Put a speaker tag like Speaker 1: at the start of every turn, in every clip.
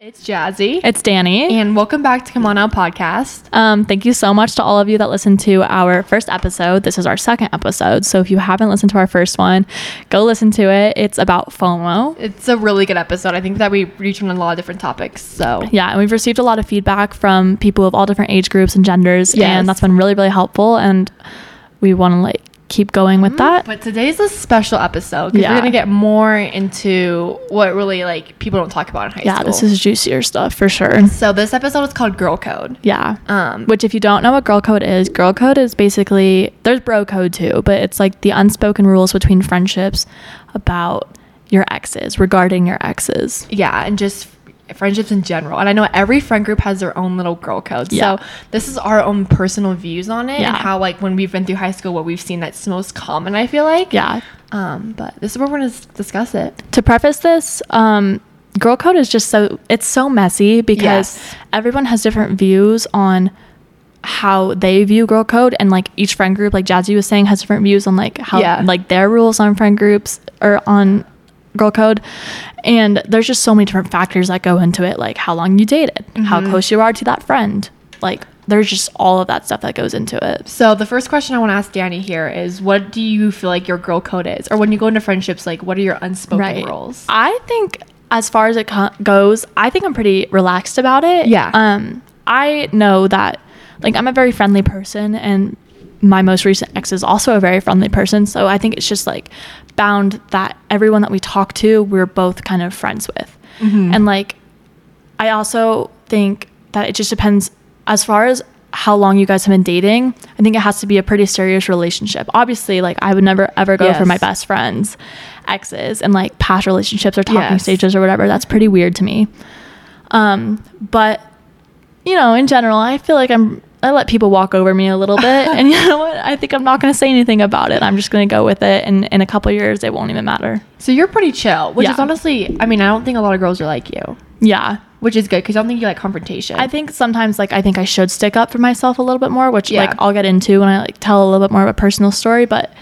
Speaker 1: It's Jazzy.
Speaker 2: It's Danny.
Speaker 1: And welcome back to Come On Out Podcast.
Speaker 2: Um, thank you so much to all of you that listened to our first episode. This is our second episode. So if you haven't listened to our first one, go listen to it. It's about FOMO.
Speaker 1: It's a really good episode. I think that we reached on a lot of different topics. So
Speaker 2: Yeah, and we've received a lot of feedback from people of all different age groups and genders.
Speaker 1: Yes.
Speaker 2: And that's been really, really helpful. And we want to like keep going with that.
Speaker 1: But today's a special episode because
Speaker 2: Yeah.
Speaker 1: we're gonna get more into what really like people don't talk about in high
Speaker 2: yeah,
Speaker 1: school.
Speaker 2: this is juicier stuff for sure.
Speaker 1: so this episode is called Girl Code.
Speaker 2: Yeah.
Speaker 1: Um,
Speaker 2: Which, if you don't know what girl code is, girl code is basically there's bro code too, but it's like the unspoken rules between friendships about your exes, regarding your exes.
Speaker 1: yeah, and just friendships in general. And I know every friend group has their own little girl code.
Speaker 2: Yeah.
Speaker 1: So this is our own personal views on it and
Speaker 2: Yeah.
Speaker 1: how like when we've been through high school, what we've seen that's most common. I feel like.
Speaker 2: Yeah.
Speaker 1: Um, but this is where we're gonna s- discuss it.
Speaker 2: To preface this, um, girl code is just so it's so messy because
Speaker 1: Yes.
Speaker 2: everyone has different views on how they view girl code and like each friend group like Jazzy was saying has different views on like how
Speaker 1: Yeah.
Speaker 2: like their rules on friend groups or on girl code and there's just so many different factors that go into it like how long you dated how
Speaker 1: Mm-hmm.
Speaker 2: close you are to that friend like there's just all of that stuff that goes into it
Speaker 1: So the first question I want to ask Danny here is, what do you feel like your girl code is, or when you go into friendships, like what are your unspoken rules?
Speaker 2: I think as far as it co- goes, I think I'm pretty relaxed about it.
Speaker 1: Yeah.
Speaker 2: Um, I know that like I'm a very friendly person and my most recent ex is also a very friendly person, so I think it's just like bound that everyone that we talk to, we're both kind of friends with. And like I also think that it just depends as far as how long you guys have been dating. I think it has to be a pretty serious relationship. Obviously, like I would never ever go for
Speaker 1: Yes.
Speaker 2: my best friends, exes, and like past relationships or talking
Speaker 1: Yes.
Speaker 2: stages or whatever. That's pretty weird to me. Um, but you know, in general, I feel like I'm I let people walk over me a little bit, and you know what? I think I'm not going to say anything about it. I'm just going to go with it, and in a couple years, it won't even matter.
Speaker 1: So you're pretty chill, which is
Speaker 2: Yeah.
Speaker 1: honestly, I mean, I don't think a lot of girls are like you,
Speaker 2: Yeah,
Speaker 1: which is good because I don't think you like confrontation.
Speaker 2: I think sometimes like I think I should stick up for myself a little bit more, which
Speaker 1: Yeah.
Speaker 2: like I'll get into when I like tell a little bit more of a personal story, but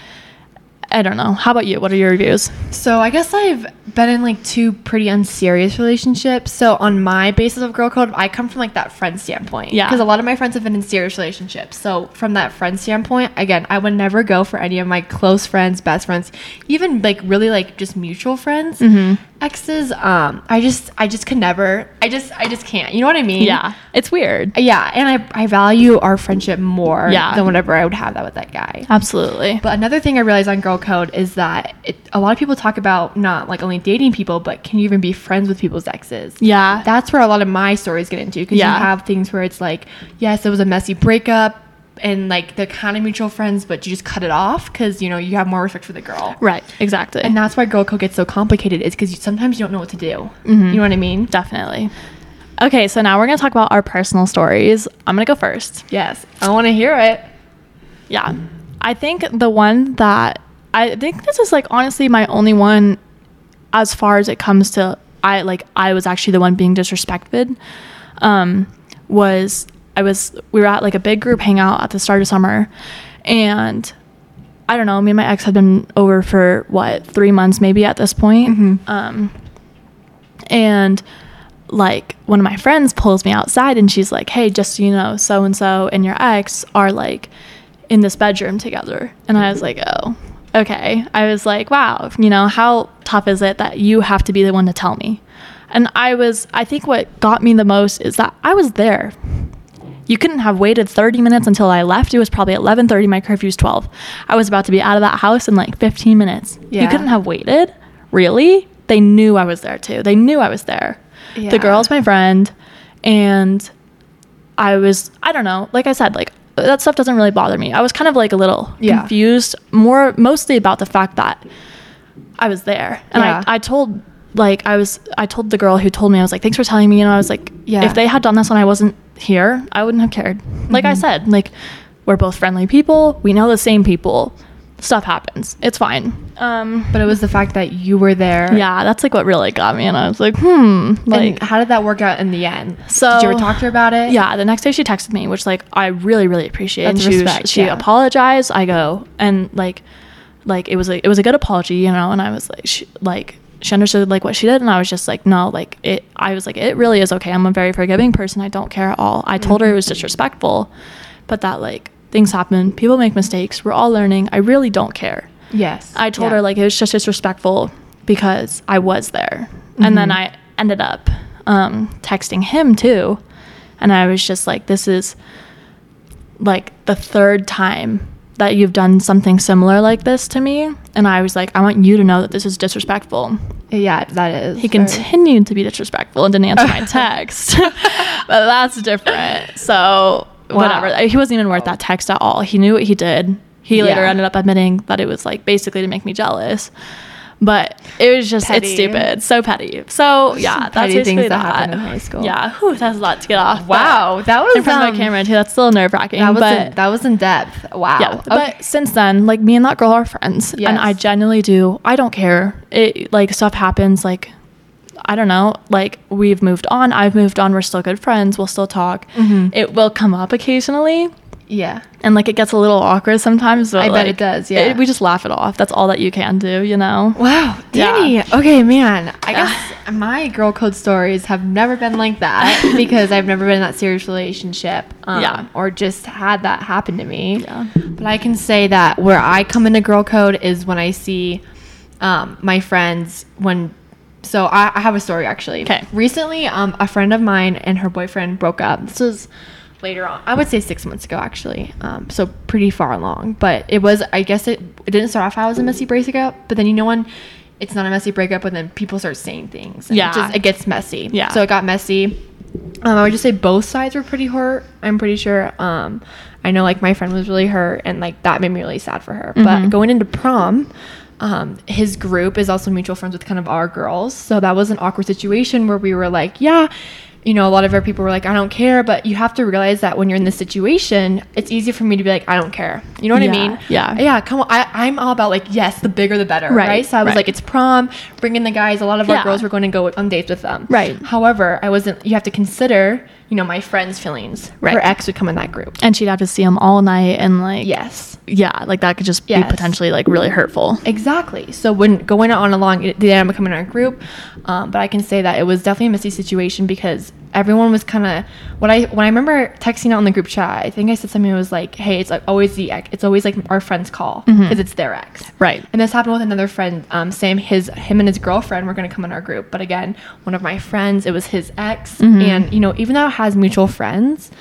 Speaker 2: I don't know. How about you? What are your reviews?
Speaker 1: so. I guess I've been in like two pretty unserious relationships. So on my basis of girl code, I come from like that friend standpoint.
Speaker 2: Yeah.
Speaker 1: Because a lot of my friends have been in serious relationships. So from that friend standpoint, again, I would never go for any of my close friends, best friends, even like really like just mutual friends.
Speaker 2: Mm-hmm.
Speaker 1: Exes, um, I just, I just could never, I just, I just can't. You know what I mean?
Speaker 2: Yeah. It's weird.
Speaker 1: Yeah, and I, I value our friendship more
Speaker 2: Yeah.
Speaker 1: than whenever I would have that with that guy.
Speaker 2: Absolutely.
Speaker 1: But another thing I realized on Girl Code is that it, a lot of people talk about not like only dating people, but can you even be friends with people's exes?
Speaker 2: yeah.
Speaker 1: That's where a lot of my stories get into because
Speaker 2: Yeah.
Speaker 1: you have things where it's like, yes, it was a messy breakup and like they're kind of mutual friends, but you just cut it off because you know you have more respect for the girl.
Speaker 2: right. Exactly.
Speaker 1: And that's why Girl Code gets so complicated is because you, sometimes you don't know what to do.
Speaker 2: Mm-hmm.
Speaker 1: You know what I mean?
Speaker 2: Definitely. Okay, so now we're going to talk about our personal stories. I'm going to go first.
Speaker 1: Yes, I want to hear it.
Speaker 2: Yeah. I think the one that I think this is like honestly my only one as far as it comes to I like I was actually the one being disrespected. Um was I was we were at like a big group hangout at the start of summer and I don't know, me and my ex had been over for what, 3 months maybe at this point. Um and like one of my friends pulls me outside and she's like, "Hey, just so you know, so and so and your ex are like in this bedroom together." And I was like, "Oh, okay." I was like, "Wow, you know, how tough is it that you have to be the one to tell me?" And I was I think what got me the most is that I was there. You couldn't have waited 30 minutes until I left. It was probably 11:30. My curfew's 12. I was about to be out of that house in like 15 minutes. You
Speaker 1: Yeah.
Speaker 2: couldn't have waited. Really? They knew I was there too. They knew I was there.
Speaker 1: Yeah.
Speaker 2: The girl's my friend, and I was I don't know. Like I said, like that stuff doesn't really bother me. I was kind of like a little
Speaker 1: Yeah.
Speaker 2: confused, more mostly about the fact that I was there, and
Speaker 1: Yeah.
Speaker 2: I I told like I was I told the girl who told me I was like thanks for telling me. You know I was like
Speaker 1: Yeah.
Speaker 2: if they had done this when I wasn't here, I wouldn't have cared. Like
Speaker 1: Mm-hmm.
Speaker 2: I said, like we're both friendly people. We know the same people. Stuff happens. It's fine. Um,
Speaker 1: But it was the fact that you were there.
Speaker 2: yeah, that's like what really got me, and I was like, hmm,
Speaker 1: Like,
Speaker 2: like.
Speaker 1: how did that work out in the end?
Speaker 2: So-
Speaker 1: did you ever talk to her about it?
Speaker 2: yeah, the next day she texted me, which like I really really appreciate.
Speaker 1: That's
Speaker 2: and she, was-
Speaker 1: respect,
Speaker 2: she
Speaker 1: yeah.
Speaker 2: apologized. I go and like, like it was a, it was a good apology, you know. And I was like, she, like she understood like what she did and i was just like no like it i was like it really is okay i'm a very forgiving person i don't care at all i told
Speaker 1: Mm-hmm.
Speaker 2: her it was disrespectful but that like things happen people make mistakes we're all learning i really don't care
Speaker 1: Yes.
Speaker 2: i told
Speaker 1: Yeah.
Speaker 2: her like it was just disrespectful because i was there and then
Speaker 1: Mhm.
Speaker 2: i ended up um, texting him too and i was just like this is like the third time that you've done something similar like this to me and i was like i want you to know that this is disrespectful
Speaker 1: Yeah, that is.
Speaker 2: he
Speaker 1: very-
Speaker 2: continued to be disrespectful and didn't answer my text. but that's different. So whatever.
Speaker 1: Wow.
Speaker 2: He wasn't even worth that text at all. He knew what he did. He later
Speaker 1: Yeah.
Speaker 2: ended up admitting that it was like basically to make me jealous. But it was just
Speaker 1: Petty.
Speaker 2: it's stupid. So petty. So yeah, that's
Speaker 1: petty things
Speaker 2: basically
Speaker 1: that
Speaker 2: that.
Speaker 1: happen in high school.
Speaker 2: Yeah. Whew, that's a lot to get off.
Speaker 1: Wow, that
Speaker 2: But in
Speaker 1: was,
Speaker 2: front of
Speaker 1: um,
Speaker 2: my camera too. That's still nerve wracking.
Speaker 1: That was
Speaker 2: but
Speaker 1: in, that was in depth. Wow.
Speaker 2: yeah,
Speaker 1: Okay.
Speaker 2: but since then, like me and that girl are friends,
Speaker 1: Yes.
Speaker 2: and I genuinely do. I don't care. It like stuff happens. Like I don't know. Like we've moved on. I've moved on. We're still good friends. We'll still talk.
Speaker 1: Mhm.
Speaker 2: It will come up occasionally,
Speaker 1: yeah.
Speaker 2: and like it gets a little awkward sometimes. But
Speaker 1: I bet it
Speaker 2: like,
Speaker 1: does, yeah.
Speaker 2: we just laugh it off. That's all that you can do. You know.
Speaker 1: Wow,
Speaker 2: Yeah.
Speaker 1: Danny. Okay, man. I
Speaker 2: Yeah.
Speaker 1: guess my girl code stories have never been like that because I've never been in that serious relationship. Um,
Speaker 2: Yeah.
Speaker 1: Or just had that happen to me.
Speaker 2: Yeah.
Speaker 1: But I can say that where I come into girl code is when I see um, my friends when. So I, I have a story actually.
Speaker 2: 'Kay.
Speaker 1: Recently, um, a friend of mine and her boyfriend broke up. This was later on. I would say six months ago actually. Um, so pretty far along. But it was. I guess it, it didn't start off as a messy breakup. But then you know when it's not a messy breakup, but then people start saying things. and
Speaker 2: Yeah.
Speaker 1: It, just, it gets messy.
Speaker 2: Yeah.
Speaker 1: So it got messy. Um, I would just say both sides were pretty hurt. I'm pretty sure. Um, I know like my friend was really hurt, and like that made me really sad for her.
Speaker 2: Mm-hmm.
Speaker 1: But going into prom, um, his group is also mutual friends with kind of our girls, so that was an awkward situation where we were like, yeah. You know, a lot of our people were like, I don't care, but you have to realize that when you're in this situation, it's easy for me to be like, I don't care. You know what
Speaker 2: Yeah,
Speaker 1: I mean? Uh,
Speaker 2: yeah.
Speaker 1: Yeah, come on. I, I'm all about like, yes, the bigger the better.
Speaker 2: Right,
Speaker 1: Right. So I was
Speaker 2: right.
Speaker 1: like, it's prom, bringing the guys. A lot of
Speaker 2: Yeah.
Speaker 1: our girls were going to go on dates with them.
Speaker 2: Right.
Speaker 1: However, I wasn't. You have to consider, you know, my friend's feelings.
Speaker 2: Right.
Speaker 1: Her ex would come in that group.
Speaker 2: And she'd have to see him all night, and like
Speaker 1: Yes.
Speaker 2: yeah, like that could just
Speaker 1: Yes.
Speaker 2: be potentially like really hurtful.
Speaker 1: Exactly. So when going on along, it, they ended up coming in our group. Um, but I can say that it was definitely a messy situation because everyone was kind of what I when I remember texting out in the group chat. I think I said something that was like, "Hey, it's like always the ex, it's always like our friend's call because it's their ex."
Speaker 2: Mm-hmm. Right.
Speaker 1: And this happened with another friend. Um, Sam, his him and his girlfriend were going to come in our group, but again, one of my friends, it was his ex,
Speaker 2: Mm-hmm.
Speaker 1: and you know, even though it has mutual friends,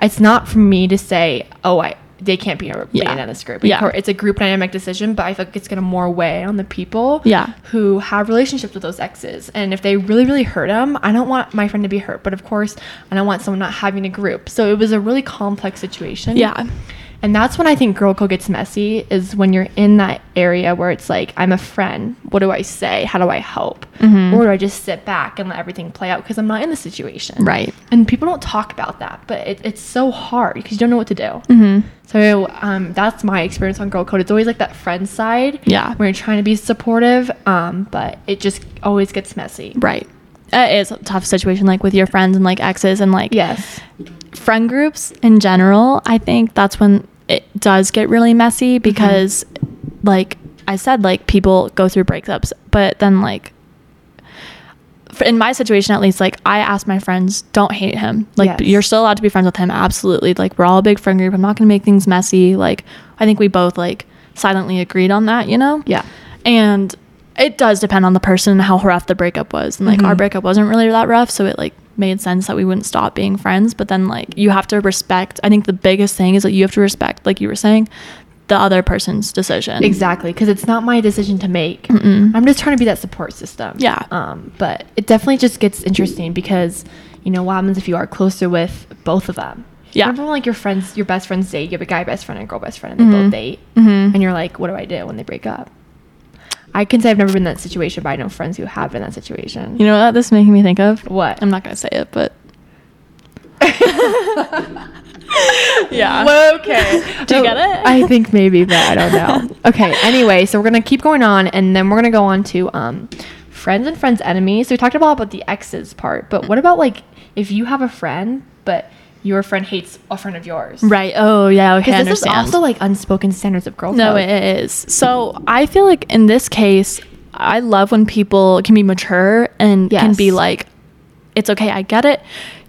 Speaker 1: it's not for me to say, "Oh, I." They can't be in
Speaker 2: Yeah.
Speaker 1: in this group.
Speaker 2: Yeah.
Speaker 1: Or it's a group dynamic decision, but I feel like it's gonna more weigh on the people
Speaker 2: Yeah.
Speaker 1: who have relationships with those exes. And if they really, really hurt them, I don't want my friend to be hurt, but of course, I don't want someone not having a group. So it was a really complex situation.
Speaker 2: Yeah.
Speaker 1: And that's when I think girl code gets messy is when you're in that area where it's like, I'm a friend. What do I say? How do I help?
Speaker 2: Mm-hmm.
Speaker 1: Or do I just sit back and let everything play out because I'm not in the situation?
Speaker 2: Right.
Speaker 1: And people don't talk about that, but it, it's so hard because you don't know what to do.
Speaker 2: Mm-hmm.
Speaker 1: So um, that's my experience on girl code. It's always like that friend side.
Speaker 2: Yeah.
Speaker 1: Where you're trying to be supportive, um, but it just always gets messy.
Speaker 2: Right. It is a tough situation, like with your friends and like exes and like
Speaker 1: Yes.
Speaker 2: friend groups in general. I think that's when it does get really messy
Speaker 1: Mm-hmm.
Speaker 2: because, like I said, like people go through breakups, but then like f- in my situation at least, like I asked my friends, don't hate him. Like
Speaker 1: Yes.
Speaker 2: you're still allowed to be friends with him, absolutely. Like we're all a big friend group. I'm not gonna make things messy. Like I think we both like silently agreed on that, you know?
Speaker 1: Yeah.
Speaker 2: and it does depend on the person and how rough the breakup was and like our
Speaker 1: Mhm.
Speaker 2: breakup wasn't really that rough so it like made sense that we wouldn't stop being friends but then like you have to respect i think the biggest thing is that you have to respect like you were saying the other person's decision
Speaker 1: Exactly. Because it's not my decision to make.
Speaker 2: Mm-mm.
Speaker 1: I'm just trying to be that support system.
Speaker 2: Yeah.
Speaker 1: Um, but it definitely just gets interesting because, you know, what happens if you are closer with both of them?
Speaker 2: Yeah.
Speaker 1: Remember when, like your friends, your best friends date, you have a guy best friend and a girl best friend, and they
Speaker 2: Mhm.
Speaker 1: both date,
Speaker 2: Mhm.
Speaker 1: and you're like, what do I do when they break up? I can say I've never been in that situation, but I know friends who have been in that situation.
Speaker 2: you know what this is making me think of
Speaker 1: What?
Speaker 2: i'm not gonna say it but yeah
Speaker 1: Well, okay.
Speaker 2: do you get it
Speaker 1: Oh, I think maybe, but I don't know. Okay. Anyway, so we're gonna keep going on, and then we're gonna go on to um, friends and friends enemies. So we talked about about the exes part, but what about like if you have a friend, but your friend hates a friend of yours?
Speaker 2: right oh yeah okay I
Speaker 1: Because this is
Speaker 2: understand.
Speaker 1: also like unspoken standards of girl
Speaker 2: No,
Speaker 1: code.
Speaker 2: it is. So I feel like in this case, I love when people can be mature and can
Speaker 1: Yes.
Speaker 2: be like, it's okay, I get it.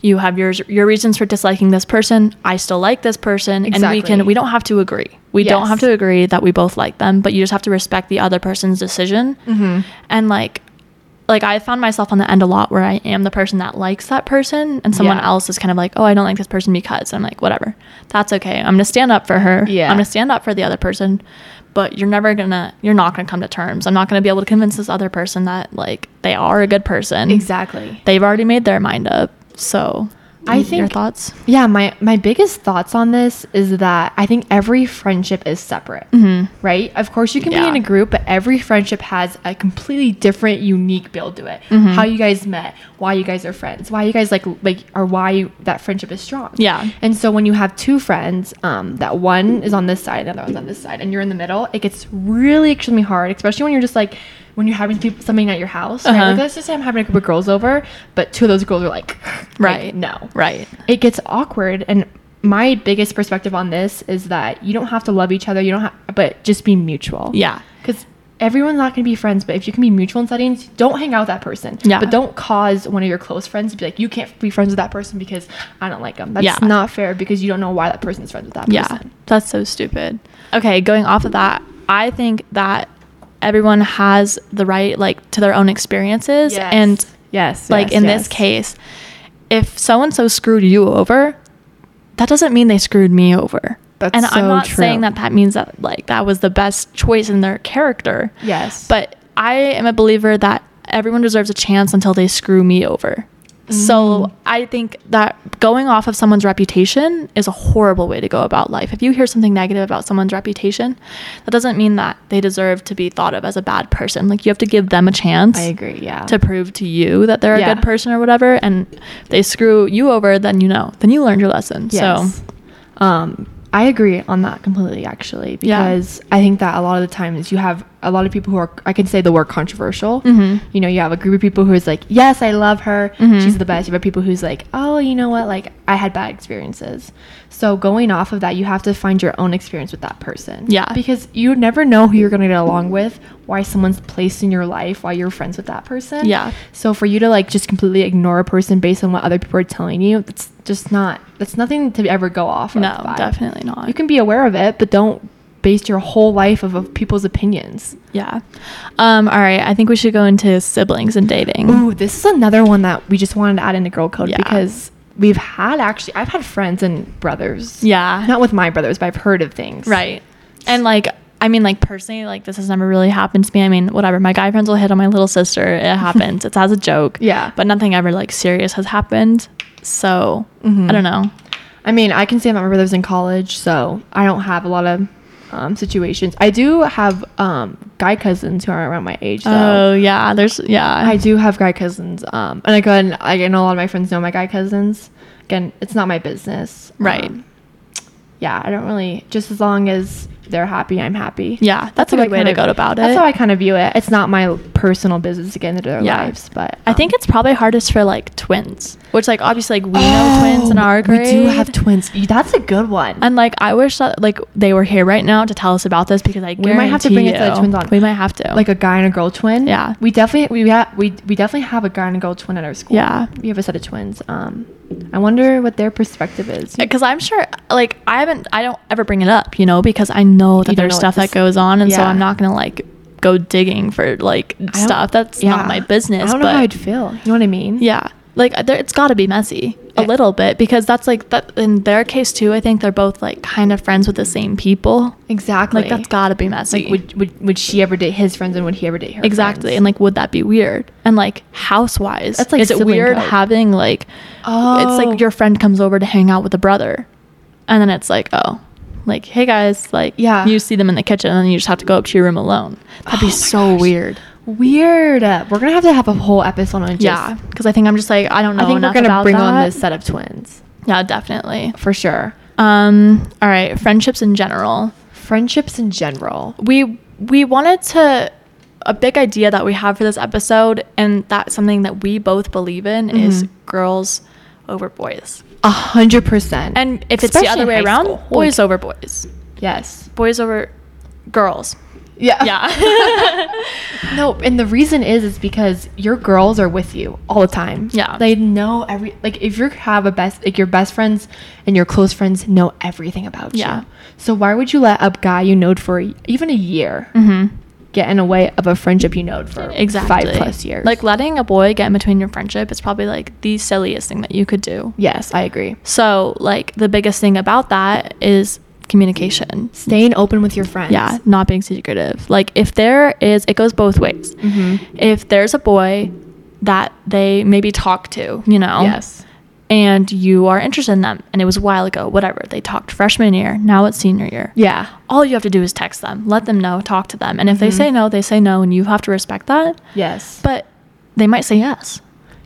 Speaker 2: You have your your reasons for disliking this person. I still like this person, and we
Speaker 1: Exactly.
Speaker 2: can we don't have to agree. We don't
Speaker 1: Yes.
Speaker 2: have to agree that we both like them, but you just have to respect the other person's decision.
Speaker 1: Mhm.
Speaker 2: And like, like I found myself on the end a lot where I am the person that likes that person, and someone
Speaker 1: Yeah.
Speaker 2: else is kind of like, oh, I don't like this person because I'm like, whatever, that's okay. I'm gonna stand up for her.
Speaker 1: Yeah.
Speaker 2: I'm gonna stand up for the other person, but you're never gonna, you're not gonna come to terms. I'm not gonna be able to convince this other person that like they are a good person.
Speaker 1: Exactly.
Speaker 2: They've already made their mind up. So,
Speaker 1: I
Speaker 2: your
Speaker 1: think-
Speaker 2: thoughts.
Speaker 1: Yeah, my my biggest thoughts on this is that I think every friendship is separate. Right? Of course you can be
Speaker 2: Mm-hmm. Yeah.
Speaker 1: in a group, but every friendship has a completely different unique build to it.
Speaker 2: Mm-hmm.
Speaker 1: How you guys met, why you guys are friends, why you guys like like or why you, that friendship is strong.
Speaker 2: Yeah.
Speaker 1: And so when you have two friends, um, that one is on this side, the other one's on this side, and you're in the middle, it gets really extremely hard, especially when you're just like when you're having people something at your house. Right?
Speaker 2: Uh-huh.
Speaker 1: Like, let's just say I'm having a group of girls over, but two of those girls are like, like,
Speaker 2: Right.
Speaker 1: no,
Speaker 2: Right.
Speaker 1: it gets awkward and my biggest perspective on this is that you don't have to love each other you don't have but just be mutual
Speaker 2: Yeah.
Speaker 1: because everyone's not going to be friends but if you can be mutual in settings don't hang out with that person
Speaker 2: Yeah.
Speaker 1: but don't cause one of your close friends to be like you can't be friends with that person because i don't like them that's
Speaker 2: Yeah.
Speaker 1: not fair because you don't know why that person is friends with that
Speaker 2: Yeah,
Speaker 1: person
Speaker 2: that's so stupid. Okay, going off of that, I think that everyone has the right like to their own experiences
Speaker 1: Yes.
Speaker 2: and
Speaker 3: Yes.
Speaker 2: like
Speaker 3: yes,
Speaker 2: in
Speaker 3: yes.
Speaker 2: this case, if so and so screwed you over, that doesn't mean they screwed me over.
Speaker 3: That's
Speaker 2: and I'm
Speaker 3: so
Speaker 2: not saying
Speaker 3: true.
Speaker 2: that that means that like that was the best choice in their character.
Speaker 1: yes
Speaker 2: But I am a believer that everyone deserves a chance until they screw me over.
Speaker 3: Mm.
Speaker 2: So I think that going off of someone's reputation is a horrible way to go about life. If you hear something negative about someone's reputation, that doesn't mean that they deserve to be thought of as a bad person. Like you have to give them a chance
Speaker 3: I agree. Yeah.
Speaker 2: to prove to you that they're
Speaker 1: Yeah.
Speaker 2: a good person or whatever and if they screw you over then you know. Then you learned your lesson.
Speaker 1: Yes.
Speaker 2: So
Speaker 1: Um, I agree on that completely, actually,
Speaker 2: Yeah.
Speaker 1: because I think that a lot of the times you have a lot of people who are, I can say the word controversial.
Speaker 2: Mhm.
Speaker 1: You know, you have a group of people who is like, yes, I love her.
Speaker 2: Mhm.
Speaker 1: She's the best. You have people who's like, oh, you know what? Like, I had bad experiences. So going off of that, you have to find your own experience with that person.
Speaker 2: Yeah.
Speaker 1: Because you never know who you're going to get along with, why someone's placed in your life, why you're friends with that person.
Speaker 2: Yeah.
Speaker 1: So for you to like just completely ignore a person based on what other people are telling you, that's just not that's nothing to ever go off of.
Speaker 2: no,
Speaker 1: by.
Speaker 2: definitely not.
Speaker 1: You can be aware of it, but don't base your whole life of, of people's opinions.
Speaker 2: Yeah. Um, all right. I think we should go into siblings and dating.
Speaker 1: Ooh, this is another one that we just wanted to add into girl code
Speaker 2: Yeah.
Speaker 1: because we've had actually I've had friends and brothers.
Speaker 2: Yeah.
Speaker 1: Not with my brothers, but I've heard of things.
Speaker 2: Right. And like, I mean, like personally, like this has never really happened to me. I mean, whatever. My guy friends will hit on my little sister. It happens. it's as a joke.
Speaker 1: Yeah.
Speaker 2: But nothing ever like serious has happened. So
Speaker 1: Mhm.
Speaker 2: I don't know.
Speaker 1: I mean, I can say my brother's in college, so I don't have a lot of um, situations. I do have um, guy cousins who are around my age, though.
Speaker 2: oh yeah. There's yeah.
Speaker 1: I do have guy cousins. Um, and again, I I know a lot of my friends know my guy cousins. Again, it's not my business.
Speaker 2: Right.
Speaker 1: Um, yeah, I don't really. Just as long as they're happy, I'm happy.
Speaker 2: Yeah, that's a
Speaker 1: how I
Speaker 2: good way to
Speaker 1: kinda-
Speaker 2: go about it.
Speaker 1: That's how I kind of view it. It's not my personal business to get into their
Speaker 2: Yeah.
Speaker 1: lives, but
Speaker 2: I think
Speaker 1: um,
Speaker 2: it's probably hardest for like twins, which like obviously like we know twins in
Speaker 1: Oh,
Speaker 2: our grade.
Speaker 1: We do have twins. You- That's a good one.
Speaker 2: And like I wish that like they were here right now to tell us about this because I
Speaker 1: we might have to bring it
Speaker 2: guarantee
Speaker 1: to the
Speaker 2: you-
Speaker 1: twins on.
Speaker 2: We might have to
Speaker 1: like a guy and a girl twin.
Speaker 2: Yeah.
Speaker 1: we definitely we have we we definitely have a guy and a girl twin at our school.
Speaker 2: Yeah.
Speaker 1: we have a set of twins. Um, I wonder what their perspective is.
Speaker 2: because I'm sure like I haven't I don't ever bring it up you know because I know that
Speaker 1: You don't
Speaker 2: there's
Speaker 1: know what
Speaker 2: stuff
Speaker 1: this-
Speaker 2: that goes on and so
Speaker 1: Yeah.
Speaker 2: I'm not gonna like go digging for like
Speaker 1: I don't-
Speaker 2: stuff that's
Speaker 1: yeah.
Speaker 2: not my business.
Speaker 1: I don't know
Speaker 2: but
Speaker 1: how I'd feel. You know what I mean?
Speaker 2: Yeah. Like there, it's got to be messy a
Speaker 1: Yeah.
Speaker 2: little bit because that's like that in their case too. I think they're both like kind of friends with the same people.
Speaker 1: exactly.
Speaker 2: Like that's got to be messy.
Speaker 1: Like, would, would would she ever date his friends and would he ever date her?
Speaker 2: exactly.
Speaker 1: friends?
Speaker 2: And like would that be weird? And like house wise,
Speaker 1: That's, like,
Speaker 2: is it
Speaker 1: sibling
Speaker 2: weird
Speaker 1: code.
Speaker 2: having like it's
Speaker 1: Oh.
Speaker 2: like your friend comes over to hang out with a brother, and then it's like oh. Like, hey guys, like,
Speaker 1: Yeah.
Speaker 2: you see them in the kitchen and then you just have to go up to your room alone.
Speaker 1: Oh
Speaker 2: That'd
Speaker 1: my
Speaker 2: be so
Speaker 1: gosh.
Speaker 2: weird.
Speaker 1: weird. Uh, We're gonna have to have a whole episode on just.
Speaker 2: yeah. Because I think I'm just like, I don't know.
Speaker 1: I think we're
Speaker 2: enough
Speaker 1: gonna
Speaker 2: about
Speaker 1: bring on
Speaker 2: that.
Speaker 1: this set of twins
Speaker 2: Yeah, definitely.
Speaker 1: for sure.
Speaker 2: Um, all right, friendships in general.
Speaker 1: Friendships in general.
Speaker 2: We we wanted to a big idea that we have for this episode and that's something that we both believe in is
Speaker 1: Mhm.
Speaker 2: girls over boys.
Speaker 1: A hundred percent.
Speaker 2: And if it's the
Speaker 1: Especially
Speaker 2: other
Speaker 1: in
Speaker 2: way
Speaker 1: high
Speaker 2: around,
Speaker 1: school.
Speaker 2: boys
Speaker 1: Like-
Speaker 2: over boys.
Speaker 1: Yes.
Speaker 2: Boys over girls.
Speaker 1: Yeah.
Speaker 2: Yeah.
Speaker 1: No, and the reason is is because your girls are with you all the time.
Speaker 2: Yeah.
Speaker 1: They know every like if you have a best like your best friends and your close friends know everything about
Speaker 2: Yeah.
Speaker 1: you. So why would you let a guy you knowed for even a year
Speaker 2: mm-hmm.
Speaker 1: get in the way of a friendship you knowed for
Speaker 2: Exactly.
Speaker 1: five plus years?
Speaker 2: Like letting a boy get in between your friendship is probably like the silliest thing that you could do.
Speaker 1: Yes, I agree.
Speaker 2: So like the biggest thing about that is communication.
Speaker 1: Staying open with your friends.
Speaker 2: Yeah, not being secretive. Like if there is, it goes both ways.
Speaker 1: Mm-hmm.
Speaker 2: If there's a boy that they maybe talk to, you know,
Speaker 1: Yes.
Speaker 2: and you are interested in them, and it was a while ago, whatever they talked freshman year, now it's senior year.
Speaker 1: Yeah.
Speaker 2: all you have to do is text them, let them know, talk to them, and if they
Speaker 1: Mhm.
Speaker 2: say no, they say no, and you have to respect that.
Speaker 1: Yes.
Speaker 2: But they might say yes.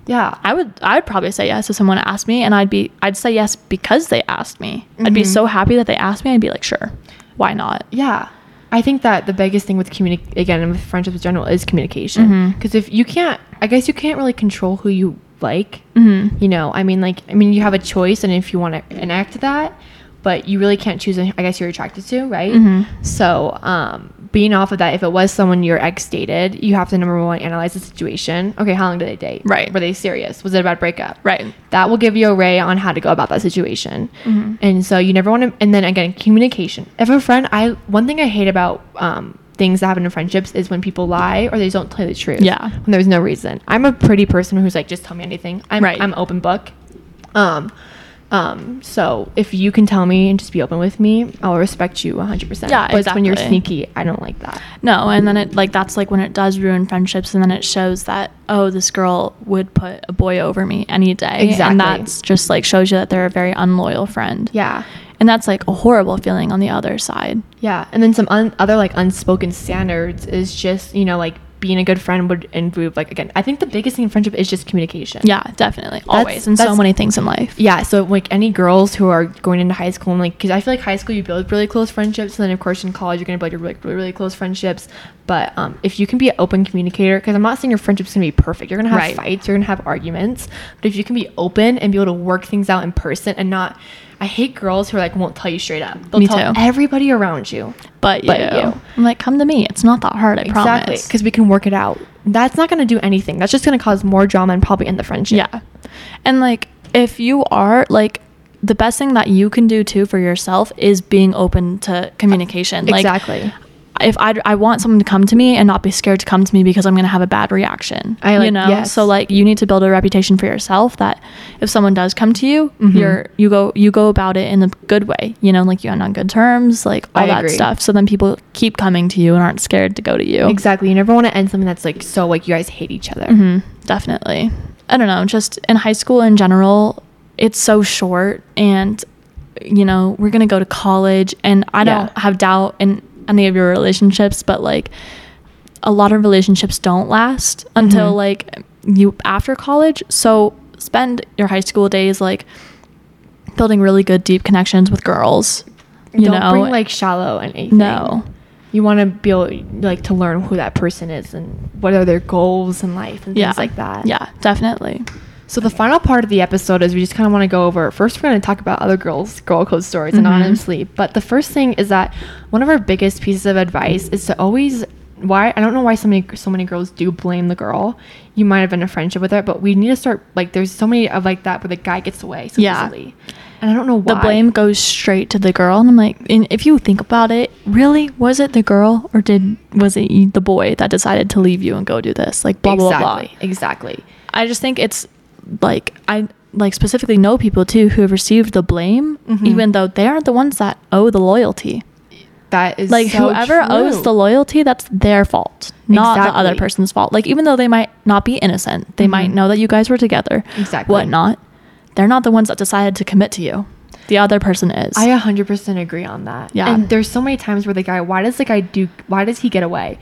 Speaker 1: yeah.
Speaker 2: I would I would probably say yes if someone asked me and I'd be I'd say yes because they asked me. I'd be
Speaker 1: Mhm.
Speaker 2: so happy that they asked me. I'd be like, "Sure. Why not?"
Speaker 1: Yeah. I think that the biggest thing with communic again and with friendships in general is communication.
Speaker 2: Mhm.
Speaker 1: Because if you can't, I guess you can't really control who you like.
Speaker 2: Mhm.
Speaker 1: You know, I mean, like, I mean, you have a choice, and if you want to enact that, but you really can't choose. I guess you're attracted to, right?
Speaker 2: Mhm.
Speaker 1: So, um, being off of that, if it was someone your ex dated, you have to number one analyze the situation. Okay, how long did they date?
Speaker 2: Right.
Speaker 1: Were they serious? Was it a bad breakup?
Speaker 2: Right.
Speaker 1: that will give you a ray on how to go about that situation.
Speaker 2: Mhm.
Speaker 1: And so you never want to. And then again, communication. If a friend, I one thing I hate about um, things that happen in friendships is when people lie or they don't tell you the truth.
Speaker 2: Yeah.
Speaker 1: when there's no reason. I'm a pretty person who's like, just tell me anything. I'm
Speaker 2: Right.
Speaker 1: I'm open book. Um, um. So if you can tell me and just be open with me, I'll respect you 100. percent
Speaker 2: Yeah,
Speaker 1: But it's when you're
Speaker 2: exactly.
Speaker 1: sneaky, I don't like that.
Speaker 2: No, and then it like that's like when it does ruin friendships and then it shows that oh, this girl would put a boy over me any day.
Speaker 1: Exactly.
Speaker 2: And that's just like shows you that they're a very unloyal friend.
Speaker 1: Yeah.
Speaker 2: And that's like a horrible feeling on the other side.
Speaker 1: Yeah, and then some un- other like unspoken standards is just you know like being a good friend would involve like again. I think the biggest thing in friendship is just communication.
Speaker 2: Yeah, definitely. Always. And so
Speaker 1: that's-
Speaker 2: many things in life.
Speaker 1: Yeah, so like any girls who are going into high school and like, because I feel like high school you build really close friendships, and then of course in college you're gonna build your like really really close friendships. But um, if you can be an open communicator, because I'm not saying your friendship's gonna be perfect, you're gonna have
Speaker 2: Right.
Speaker 1: fights, you're gonna have arguments. But if you can be open and be able to work things out in person and not, I hate girls who are like won't tell you straight up. They'll
Speaker 2: Me
Speaker 1: tell
Speaker 2: too.
Speaker 1: everybody around you.
Speaker 2: But,
Speaker 1: But
Speaker 2: you.
Speaker 1: you.
Speaker 2: I'm like, come to me. It's not that hard, I
Speaker 1: Exactly,
Speaker 2: promise.
Speaker 1: because we can work it out. That's not going to do anything. That's just going to cause more drama and probably end the friendship.
Speaker 2: Yeah. And like if you are like the best thing that you can do too for yourself is being open to communication. Like,
Speaker 1: exactly.
Speaker 2: if I, I want someone to come to me and not be scared to come to me because I'm going to have a bad reaction.
Speaker 1: I
Speaker 2: you
Speaker 1: like-
Speaker 2: know.
Speaker 1: yes.
Speaker 2: So like you need to build a reputation for yourself that if someone does come to you,
Speaker 1: Mhm.
Speaker 2: you're you go you go about it in a good way. You know, like you end on good terms, like all
Speaker 1: I
Speaker 2: that
Speaker 1: agree.
Speaker 2: stuff. So then people keep coming to you and aren't scared to go to you.
Speaker 1: Exactly. You never want to end something that's like so like you guys hate each other.
Speaker 2: hmm definitely. I don't know. Just in high school in general, it's so short, and you know we're gonna go to college, and I don't
Speaker 1: Yeah.
Speaker 2: have doubt in any of your relationships, but like a lot of relationships don't last until
Speaker 1: Mhm.
Speaker 2: like you after college. So spend your high school days like building really good deep connections with girls. You
Speaker 1: Don't
Speaker 2: know,
Speaker 1: bring like shallow and anything.
Speaker 2: no.
Speaker 1: You want to be able like to learn who that person is and what are their goals in life and
Speaker 2: Yeah,
Speaker 1: things like that.
Speaker 2: Yeah, definitely.
Speaker 1: So the final part of the episode is we just kind of want to go over. First, we're going to talk about other girls' girl code stories
Speaker 2: Mhm.
Speaker 1: anonymously. But the first thing is that one of our biggest pieces of advice is to always. Why I don't know why so many so many girls do blame the girl. You might have been in a friendship with her, but we need to start like there's so many of like that where the guy gets away so
Speaker 2: Yeah.
Speaker 1: easily, and I don't know why
Speaker 2: the blame goes straight to the girl and i'm like and if you think about it really was it the girl or did was it you- the boy that decided to leave you and go do this like blah blah
Speaker 1: exactly,
Speaker 2: blah
Speaker 1: exactly.
Speaker 2: i just think it's like i like specifically know people too who have received the blame
Speaker 1: Mhm.
Speaker 2: even though they aren't the ones that owe the loyalty
Speaker 1: That is
Speaker 2: like
Speaker 1: so
Speaker 2: whoever owes
Speaker 1: true.
Speaker 2: the loyalty that's their fault not the other
Speaker 1: Exactly.
Speaker 2: person's fault like even though they might not be innocent they might
Speaker 1: Mhm.
Speaker 2: know that you guys were together
Speaker 1: Exactly.
Speaker 2: whatnot they're not the ones that decided to commit to you the other person is
Speaker 1: I 100% agree on that.
Speaker 2: Yeah.
Speaker 1: And there's so many times where the guy, why does the guy do, why does he get away?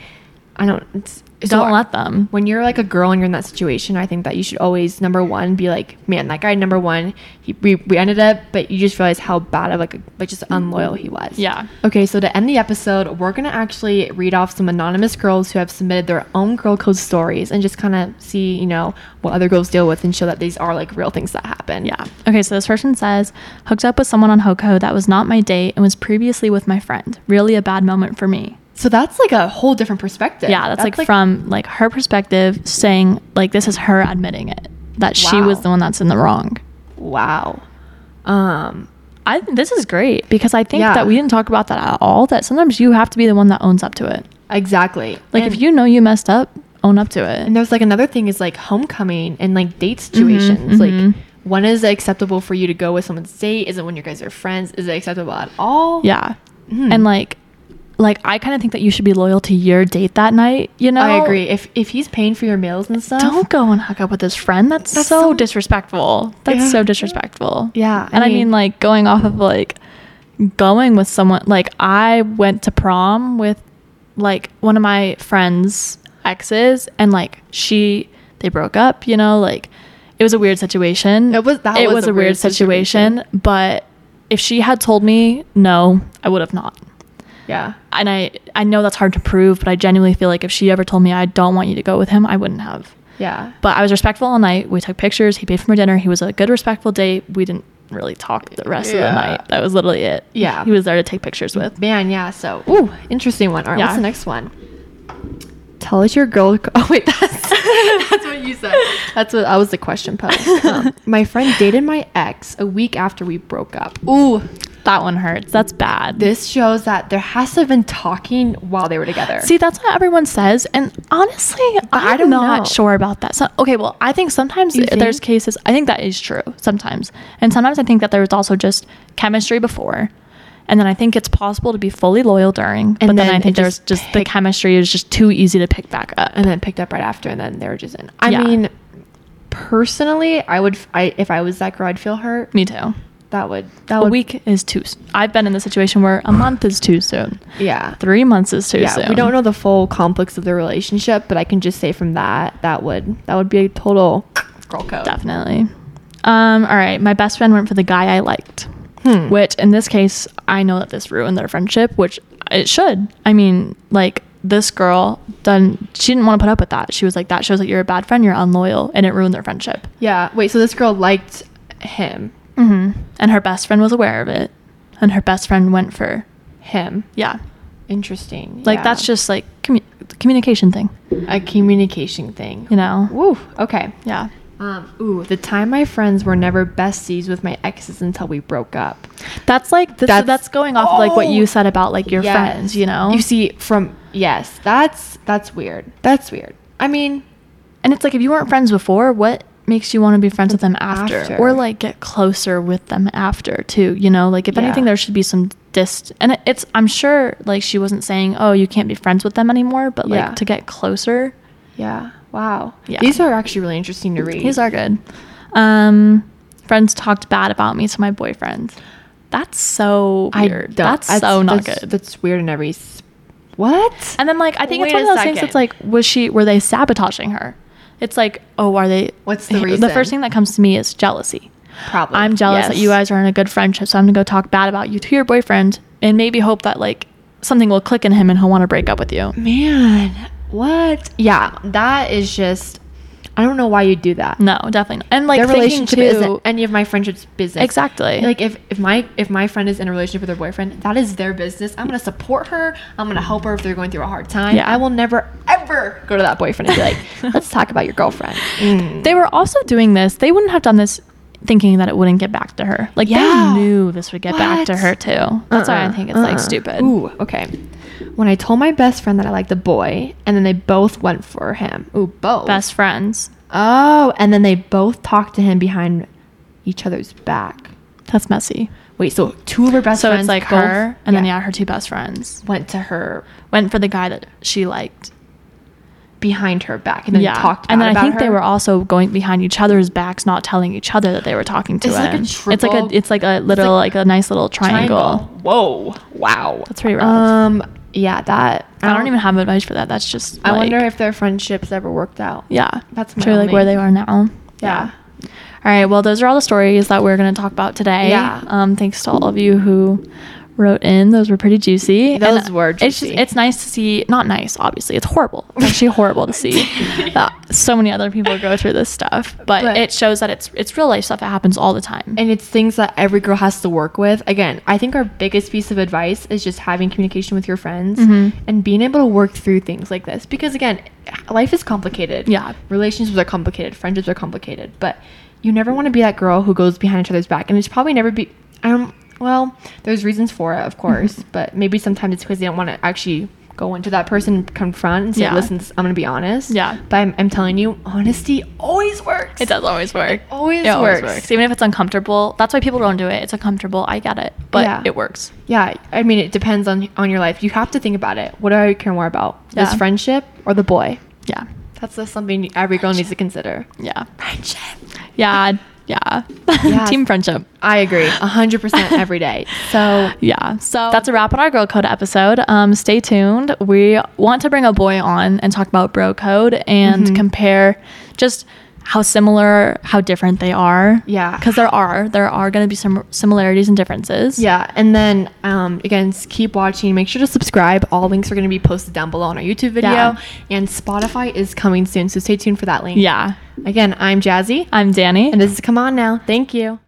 Speaker 1: I don't, it's, so
Speaker 2: don't let them
Speaker 1: When you're like a girl and you're in that situation, I think that you should always, number one, be like, man, that guy, number one, he, we, we ended up, but you just realize how bad of like, a- like just unloyal he was.
Speaker 2: Mm-hmm. Yeah.
Speaker 1: Okay, so to end the episode, we're going to actually read off some anonymous girls who have submitted their own girl code stories and just kind of see, you know, what other girls deal with and show that these are like real things that happen.
Speaker 2: Yeah. Okay, so this person says, hooked up with someone on Hoko that was not my date and was previously with my friend. Really a bad moment for me.
Speaker 1: So that's like a whole different perspective.
Speaker 2: Yeah, that's, like, from like her perspective saying like this is her admitting it that she was
Speaker 1: Wow.
Speaker 2: the one that's in the wrong.
Speaker 1: wow. Um,
Speaker 2: I this is great because I think
Speaker 1: Yeah.
Speaker 2: that we didn't talk about that at all that sometimes you have to be the one that owns up to it.
Speaker 1: exactly.
Speaker 2: Like
Speaker 1: And-
Speaker 2: if you know you messed up, own up to it.
Speaker 1: And there's like another thing is like homecoming and like date situations.
Speaker 2: mhm.
Speaker 1: Like when is it acceptable for you to go with someone's date? Is it when you guys are friends? Is it acceptable at all?
Speaker 2: Yeah.
Speaker 1: Hmm.
Speaker 2: And like like I kind of think that you should be loyal to your date that night, you know?
Speaker 1: I agree. If if he's paying for your meals and stuff,
Speaker 2: Don't go and hook up with his friend. That's,
Speaker 1: That's
Speaker 2: so,
Speaker 1: so-
Speaker 2: disrespectful. That's
Speaker 1: Yeah.
Speaker 2: so disrespectful.
Speaker 1: Yeah, I
Speaker 2: And I mean,
Speaker 1: mean-
Speaker 2: like going off of like going with someone like I went to prom with like one of my friends' exes and like she they broke up, you know, like it was a weird situation.
Speaker 1: It was- that
Speaker 2: it
Speaker 1: was
Speaker 2: was
Speaker 1: a
Speaker 2: a weird
Speaker 1: weird
Speaker 2: situation, but if she had told me no, I would have not
Speaker 1: Yeah.
Speaker 2: and I I know that's hard to prove, but I genuinely feel like if she ever told me I don't want you to go with him, I wouldn't have.
Speaker 1: Yeah.
Speaker 2: But I was respectful all night. We took pictures. He paid for my dinner. He was a good, respectful date. We didn't really talk the rest of the
Speaker 1: Yeah.
Speaker 2: night. That was literally it.
Speaker 1: Yeah.
Speaker 2: he was there to take pictures with.
Speaker 1: Man, yeah. So, ooh, interesting one. All right,
Speaker 2: Yeah.
Speaker 1: what's the next one? Tell us your girl. co- Oh wait, that's that's what you said. That's what I was the question posed. Um, my friend dated my ex a week after we broke up. Ooh,
Speaker 2: That one hurts. That's bad.
Speaker 1: this shows that there has to have been talking while they were together.
Speaker 2: See, that's what everyone says, and honestly, I'm
Speaker 1: I don't
Speaker 2: not
Speaker 1: know.
Speaker 2: sure about that. So, okay, well, I think sometimes
Speaker 1: You
Speaker 2: there's
Speaker 1: think?
Speaker 2: cases. I think that is true sometimes, and sometimes I think that there was also just chemistry before, and then I think it's possible to be fully loyal during, but then,
Speaker 1: then
Speaker 2: I
Speaker 1: it
Speaker 2: think there's
Speaker 1: just
Speaker 2: just the
Speaker 1: pick-
Speaker 2: chemistry is just too easy to pick back up.
Speaker 1: and then picked up right after, and then they were just in. I
Speaker 2: Yeah.
Speaker 1: mean, personally, I would. f- I if I was that girl, I'd feel hurt.
Speaker 2: Me too.
Speaker 1: That would. That
Speaker 2: A
Speaker 1: would.
Speaker 2: week is too. s- I've been in the situation where a month is too soon.
Speaker 1: Yeah.
Speaker 2: Three months is too
Speaker 1: yeah,
Speaker 2: soon.
Speaker 1: we don't know the full complex of the relationship, but I can just say from that that would that would be a total girl code.
Speaker 2: Definitely. Um, all right. My best friend went for the guy I liked,
Speaker 1: Hmm.
Speaker 2: which in this case, I know that this ruined their friendship, which it should. I mean, like this girl done, she didn't want to put up with that. She was like, that shows that you're a bad friend, you're unloyal, and it ruined their friendship.
Speaker 1: Yeah. Wait. So this girl liked him.
Speaker 2: Mm-hmm. And her best friend was aware of it, and her best friend went for,
Speaker 1: Him.
Speaker 2: yeah.
Speaker 1: Interesting.
Speaker 2: Like
Speaker 1: yeah.
Speaker 2: that's just like commu- communication thing,
Speaker 1: a communication thing.
Speaker 2: you know?
Speaker 1: Woo. Okay.
Speaker 2: Yeah.
Speaker 1: Um, ooh, the time my friends were never besties with my exes until we broke up.
Speaker 2: That's like this, that's,
Speaker 1: That's-
Speaker 2: going off of like what you
Speaker 1: Oh!
Speaker 2: said about like your
Speaker 1: Yes.
Speaker 2: friends, you know.
Speaker 1: You see from yes, that's that's weird. That's weird. I mean,
Speaker 2: And it's like if you weren't friends before, what makes you want to be friends with them after?
Speaker 1: After.
Speaker 2: Or like get closer with them after too, you know? Like if
Speaker 1: Yeah.
Speaker 2: anything there should be some dist and it, it's I'm sure like she wasn't saying, "Oh, you can't be friends with them anymore," but like
Speaker 1: Yeah.
Speaker 2: to get closer.
Speaker 1: yeah. Wow.
Speaker 2: Yeah.
Speaker 1: These are actually really interesting to read.
Speaker 2: These are good. Um friends talked bad about me to my boyfriend. That's so weird.
Speaker 1: don't-
Speaker 2: that's, so not
Speaker 1: that's-
Speaker 2: good.
Speaker 1: That's weird in every. s- What?
Speaker 2: and then like I think it's
Speaker 1: Wait
Speaker 2: one
Speaker 1: a
Speaker 2: of those things that's
Speaker 1: second.
Speaker 2: like was she were they sabotaging her? It's like, "Oh, are they
Speaker 1: What's the
Speaker 2: The
Speaker 1: reason?
Speaker 2: first thing that comes to me is jealousy.
Speaker 1: Probably.
Speaker 2: I'm jealous that
Speaker 1: Yes.
Speaker 2: you guys are in a good friendship, so I'm gonna go talk bad about you to your boyfriend and maybe hope that like something will click in him and he'll want to break up with you.
Speaker 1: Man, what? Yeah, that is just. I don't know why you do that.
Speaker 2: No, definitely not. And like
Speaker 1: Their
Speaker 2: thinking
Speaker 1: relationship
Speaker 2: too,
Speaker 1: isn't any of my friendships' business.
Speaker 2: Exactly.
Speaker 1: Like if, if my if my friend is in a relationship with her boyfriend, that is their business. I'm gonna support her. I'm gonna help her if they're going through a hard time.
Speaker 2: Yeah.
Speaker 1: I will never ever go to that boyfriend and be like, let's talk about your girlfriend. Mm.
Speaker 2: they were also doing this. They wouldn't have done this thinking that it wouldn't get back to her. Like
Speaker 1: Yeah.
Speaker 2: they knew this would get back to
Speaker 1: What?
Speaker 2: her too. That's why I
Speaker 1: Uh-uh,
Speaker 2: think it's like
Speaker 1: uh-uh.
Speaker 2: stupid.
Speaker 1: Ooh, okay. When I told my best friend that I liked the boy, and then they both went for him. Ooh, both.
Speaker 2: Best friends.
Speaker 1: Oh, and then they both talked to him behind each other's back.
Speaker 2: That's messy.
Speaker 1: Wait, so two of her best
Speaker 2: so
Speaker 1: friends,
Speaker 2: it's like
Speaker 1: both-
Speaker 2: her and then yeah, her two best friends
Speaker 1: went to her
Speaker 2: went for the guy that she liked.
Speaker 1: behind her back and then
Speaker 2: yeah.
Speaker 1: talked.
Speaker 2: and
Speaker 1: bad
Speaker 2: then I
Speaker 1: about
Speaker 2: think they
Speaker 1: her.
Speaker 2: were also going behind each other's backs, not telling each other that they were talking to
Speaker 1: It's like a
Speaker 2: him. it's like
Speaker 1: triple-
Speaker 2: a it's like a little like,
Speaker 1: like
Speaker 2: a nice little triangle.
Speaker 1: Whoa! Wow.
Speaker 2: That's pretty rough.
Speaker 1: Um. Yeah. That.
Speaker 2: I don't even have advice for that. That's just.
Speaker 1: Oh. I
Speaker 2: like-
Speaker 1: wonder if their friendships ever worked out.
Speaker 2: Yeah.
Speaker 1: That's my
Speaker 2: true. Like where
Speaker 1: only-
Speaker 2: they are now.
Speaker 1: Yeah.
Speaker 2: All right. Well, those are all the stories that we're going to talk about today.
Speaker 1: Yeah.
Speaker 2: Um, thanks to all of you who wrote in. Those were pretty juicy. And
Speaker 1: Those were
Speaker 2: It's just
Speaker 1: juicy.
Speaker 2: it's nice to see. Not nice, obviously. It's horrible. It's actually horrible to see that so many other people go through this stuff. But,
Speaker 1: But-
Speaker 2: it shows that it's it's real life stuff that happens all the time.
Speaker 1: and it's things that every girl has to work with. Again, I think our biggest piece of advice is just having communication with your friends
Speaker 2: Mm-hmm.
Speaker 1: and being able to work through things like this because again, life is complicated.
Speaker 2: Yeah.
Speaker 1: Relationships are complicated, friendships are complicated, but you never want to be that girl who goes behind each other's back and it's probably never be um well, there's reasons for it, of course,
Speaker 2: Mm-hmm.
Speaker 1: but maybe sometimes it's because they don't want to actually go into that person and confront and say,
Speaker 2: Yeah.
Speaker 1: listen, I'm going to be honest.
Speaker 2: Yeah.
Speaker 1: But I'm, I'm telling you, honesty always works.
Speaker 2: It does always work.
Speaker 1: always works.
Speaker 2: Even if it's uncomfortable. That's why people don't do it. It's uncomfortable. I get it. But
Speaker 1: Yeah.
Speaker 2: it works.
Speaker 1: Yeah, I mean, it depends on on your life. You have to think about it. What do I care more about, this
Speaker 2: Yeah.
Speaker 1: friendship or the boy?
Speaker 2: Yeah.
Speaker 1: That's just something every girl needs to consider.
Speaker 2: Yeah.
Speaker 1: Friendship.
Speaker 2: Yeah. Yeah.
Speaker 1: Yeah.
Speaker 2: Team friendship.
Speaker 1: I agree, hundred percent every day. So
Speaker 2: Yeah. So that's a wrap on our girl code episode. Um, stay tuned. We want to bring a boy on and talk about bro code and compare just how similar, how different they are.
Speaker 1: Yeah.
Speaker 2: Because there are there are going to be some similarities and differences.
Speaker 1: yeah, and then um, again, s- keep watching. Make sure to subscribe. All links are going to be posted down below on our YouTube video,
Speaker 2: Yeah.
Speaker 1: and Spotify is coming soon. So stay tuned for that link.
Speaker 2: Yeah.
Speaker 1: Again, I'm Jazzy,
Speaker 2: I'm Danny.
Speaker 1: and this is Come On Now. Thank you.